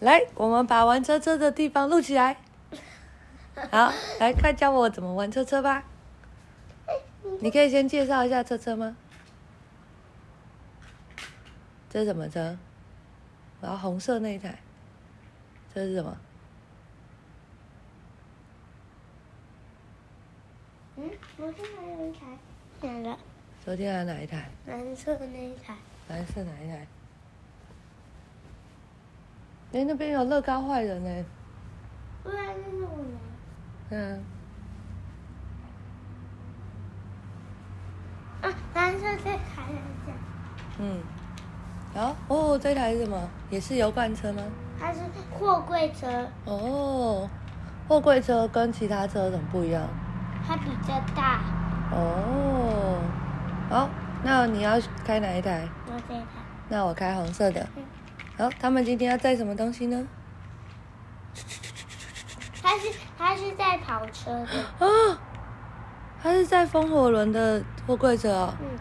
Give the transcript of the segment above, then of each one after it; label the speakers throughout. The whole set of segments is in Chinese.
Speaker 1: 来，我们把玩车车的地方录起来。好，来，快教我怎么玩车车吧。你可以先介绍一下车车吗？这是什么车？然后红色那一台，这是什么？
Speaker 2: 嗯，昨天还有一台，哪了？
Speaker 1: 昨天还有哪一台？
Speaker 2: 蓝色的那一台，
Speaker 1: 蓝色哪一台？哎、那边有乐高坏人呢、
Speaker 2: 不然就是我拿。
Speaker 1: 嗯，
Speaker 2: 啊，蓝色这台蓝色，
Speaker 1: 嗯，好哦，这台是什么？也是油罐车吗？
Speaker 2: 它是货柜车，
Speaker 1: 哦，货柜车跟其他车怎么不一样？
Speaker 2: 它比较大。
Speaker 1: 哦，好，那你要开哪一台？
Speaker 2: 我这一台，
Speaker 1: 那我开红色的。好，他们今天要载什么东西呢？
Speaker 2: 它是它是在跑车的，
Speaker 1: 啊，他是载风火轮的货柜车哦。
Speaker 2: 嗯，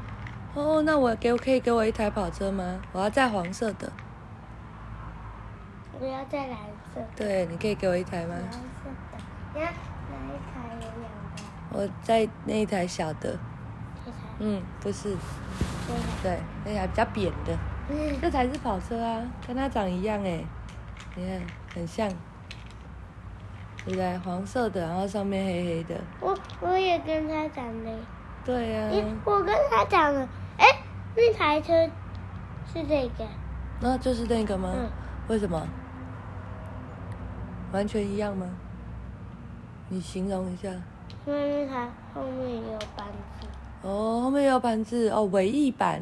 Speaker 1: 哦，那我给我可以给我一台跑车吗？我要载黄色的。
Speaker 2: 我要在蓝色，
Speaker 1: 对，你可以给我一台吗
Speaker 2: 蓝？色的，你要哪一台有两个？
Speaker 1: 我载那一台小的。
Speaker 2: 这台，
Speaker 1: 嗯，不是，
Speaker 2: 这台，
Speaker 1: 对，那台比较扁的，
Speaker 2: 嗯，
Speaker 1: 这才是跑车啊，跟它长一样哎、你看很像，对不对？黄色的，然后上面黑黑的，
Speaker 2: 我我也跟他讲了，
Speaker 1: 对啊呀、
Speaker 2: 诶，我跟他讲了，哎，那台车是这个，
Speaker 1: 那就是那个吗？
Speaker 2: 嗯
Speaker 1: 为什么？完全一样吗？你形容一下。
Speaker 2: 因为那台后面有板子。
Speaker 1: 哦，后面有板子哦，尾翼板。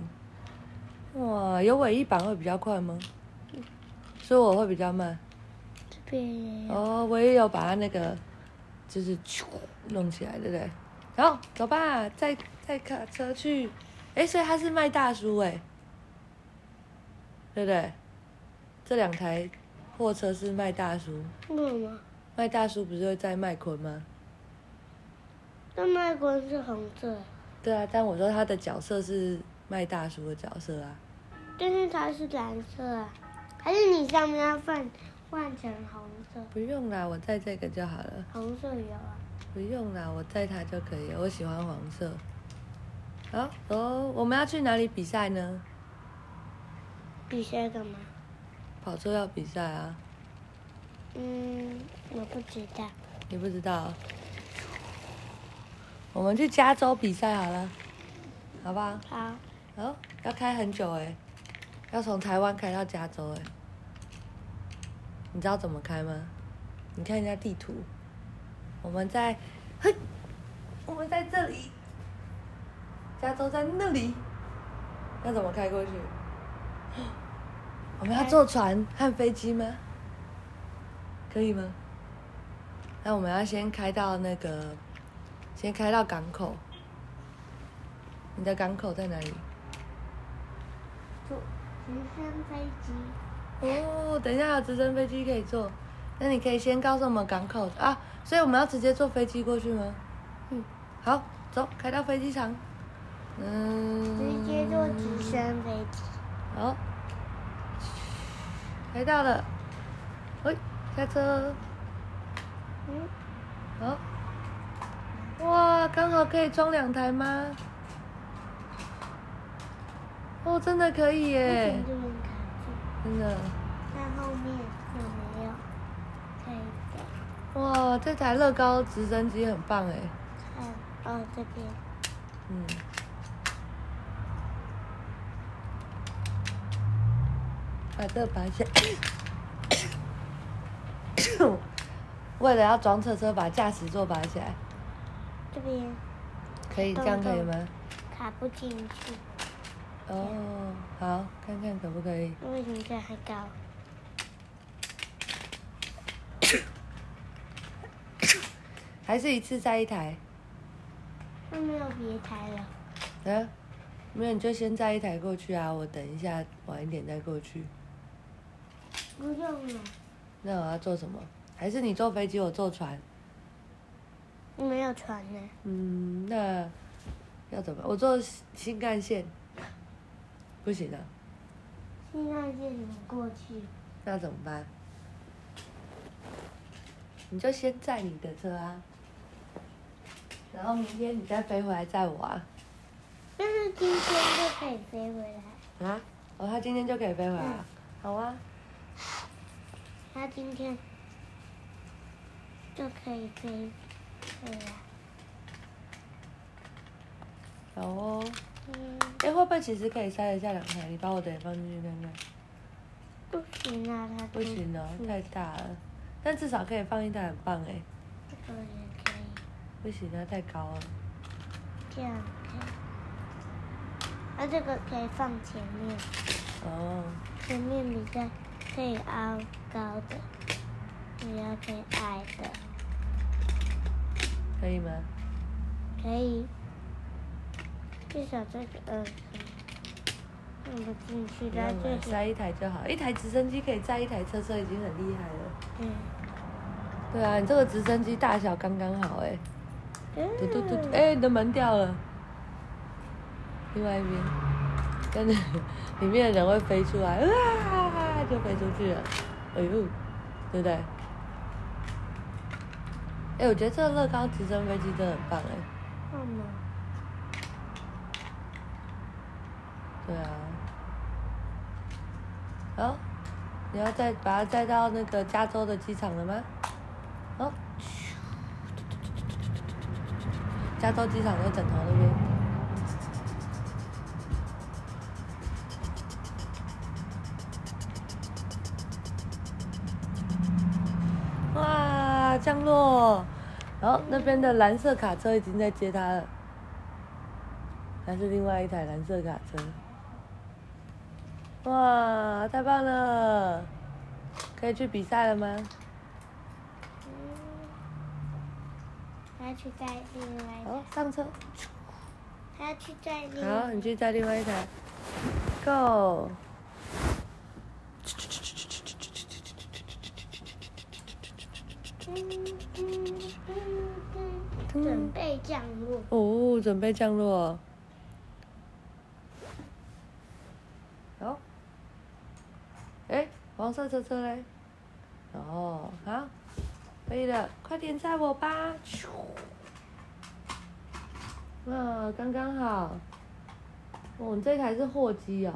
Speaker 1: 哇，有尾翼板会比较快吗？所以我会比较慢。
Speaker 2: 这边也有，
Speaker 1: 哦，我也有把它那个，就是咻弄起来，对不对？好，走吧，载载卡车去。哎，所以他是卖大叔哎，对不对？这两台货车是卖大叔，
Speaker 2: 为什么？
Speaker 1: 卖大叔不是会载麦昆吗？
Speaker 2: 那麦昆是红色，
Speaker 1: 对啊，但我说他的角色是卖大叔的角色啊。
Speaker 2: 但是它是蓝色啊，还是你上面要换换成红色？
Speaker 1: 不用啦，我载这个就好了。
Speaker 2: 红色有啊，
Speaker 1: 不用啦，我载它就可以了。我喜欢黄色。好，哦，我们要去哪里比赛呢？
Speaker 2: 比赛干嘛？
Speaker 1: 跑车要比赛啊。
Speaker 2: 嗯，我不知道。
Speaker 1: 你不知道？我们去加州比赛好了，好不好？
Speaker 2: 好，
Speaker 1: 哦，要开很久哎、要从台湾开到加州哎、你知道怎么开吗？你看一下地图，我们在，嘿，我们在这里，加州在那里，要怎么开过去？我们要坐船和飞机吗？可以吗？那我们要先开到那个，先开到港口。你的港口在哪里？
Speaker 2: 坐直升飞机，
Speaker 1: 哦，等一下，有直升飞机可以坐。那你可以先告诉我们港口啊，所以我们要直接坐飞机过去吗？
Speaker 2: 嗯，
Speaker 1: 好，走，开到飞机场。嗯，
Speaker 2: 直接坐直升飞机。
Speaker 1: 好，来到了，喂，下车。
Speaker 2: 嗯，
Speaker 1: 好，哇，刚好可以装两台吗？哦，真的可以
Speaker 2: 为
Speaker 1: 耶
Speaker 2: 什么，这么卡
Speaker 1: 真的。
Speaker 2: 住？看后面有没有可以的？
Speaker 1: 哇，这台乐高直升机很棒哎。
Speaker 2: 看，哦，这边
Speaker 1: 嗯，把哎这个拔下。 为了要装车车，把驾驶座拔起来，
Speaker 2: 这边
Speaker 1: 可以这样可以吗？
Speaker 2: 卡不进去，
Speaker 1: 哦，好，看看可不可以。
Speaker 2: 为什么这还高？
Speaker 1: 还是一次载一台？
Speaker 2: 那没有别台了。
Speaker 1: 啊？没有，你就先载一台过去啊，我等一下晚一点再过去。
Speaker 2: 不用了，
Speaker 1: 那我要做什么？还是你坐飞机，我坐船？
Speaker 2: 没有船呢。
Speaker 1: 嗯，那要怎么？我坐新新干线，不行啊，
Speaker 2: 现在是你过去，
Speaker 1: 那怎么办？你就先载你的车啊，然后明天你再飞回来载我啊。
Speaker 2: 但是今天就可以飞回来，
Speaker 1: 啊？哦，他今天就可以飞回来啊？好啊，
Speaker 2: 他今天就可以飞回来。
Speaker 1: 好哦。
Speaker 2: 嗯，
Speaker 1: 哎，会不会其实可以塞得下两台？你把我的也放进去看看。
Speaker 2: 不行啊，他
Speaker 1: 不行哦，
Speaker 2: 嗯
Speaker 1: 太大了。但至少可以放一台，很棒哎。
Speaker 2: 这个也可以，
Speaker 1: 不行啊，太高了。
Speaker 2: 这样可以。啊，这个可以放前面，
Speaker 1: 哦，
Speaker 2: 前面比较可以凹高的，比较可以矮的，
Speaker 1: 可以吗？
Speaker 2: 可以。至少这个嗯，弄不进去
Speaker 1: 不
Speaker 2: 的
Speaker 1: 用了
Speaker 2: 这
Speaker 1: 塞
Speaker 2: 里，
Speaker 1: 一台就好。一台直升机可以载一台车车，已经很厉害了。
Speaker 2: 嗯，
Speaker 1: 对啊，你这个直升机大小刚刚好哎。嘟嘟嘟，
Speaker 2: 嗯，
Speaker 1: 哎、你的门掉了。另外一边，真的，里面的人会飞出来，啊，就飞出去了。哎呦，对不对？哎、我觉得这个乐高直升飞机真的很棒哎、
Speaker 2: 干嘛？
Speaker 1: 对啊。哦，你要再把它载到那个加州的机场了吗？哦，加州机场在枕头那边。哇，降落！然后那边的蓝色卡车已经在接他了，还是另外一台蓝色卡车。哇，太棒了！可以去比赛了吗？
Speaker 2: 嗯，他要去在另外一
Speaker 1: 好
Speaker 2: 个，，
Speaker 1: 上车。
Speaker 2: 他要去在另
Speaker 1: 好，
Speaker 2: 外
Speaker 1: 你去载另外一台。Go。
Speaker 2: 准备降落。
Speaker 1: 哦，准备降落。好。哎，黄色车车嘞？哦，好，可以了，快点载我吧。咻哇，刚刚好。哦，你这台是货机哦，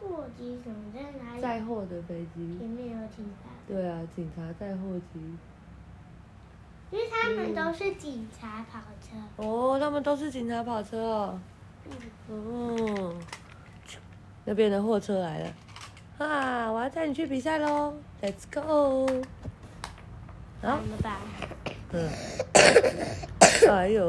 Speaker 2: 过机什么在哪里？
Speaker 1: 载货的飞机
Speaker 2: 前。面有警察，
Speaker 1: 对啊，警察载货机。
Speaker 2: 因为他们都是警察跑车。
Speaker 1: 哦，他们都是警察跑车哦。
Speaker 2: 嗯，
Speaker 1: 哦，那边的货车来了，啊，我要带你去比赛喽，Let's go！好
Speaker 2: 怎，么办？
Speaker 1: 嗯，哎呦，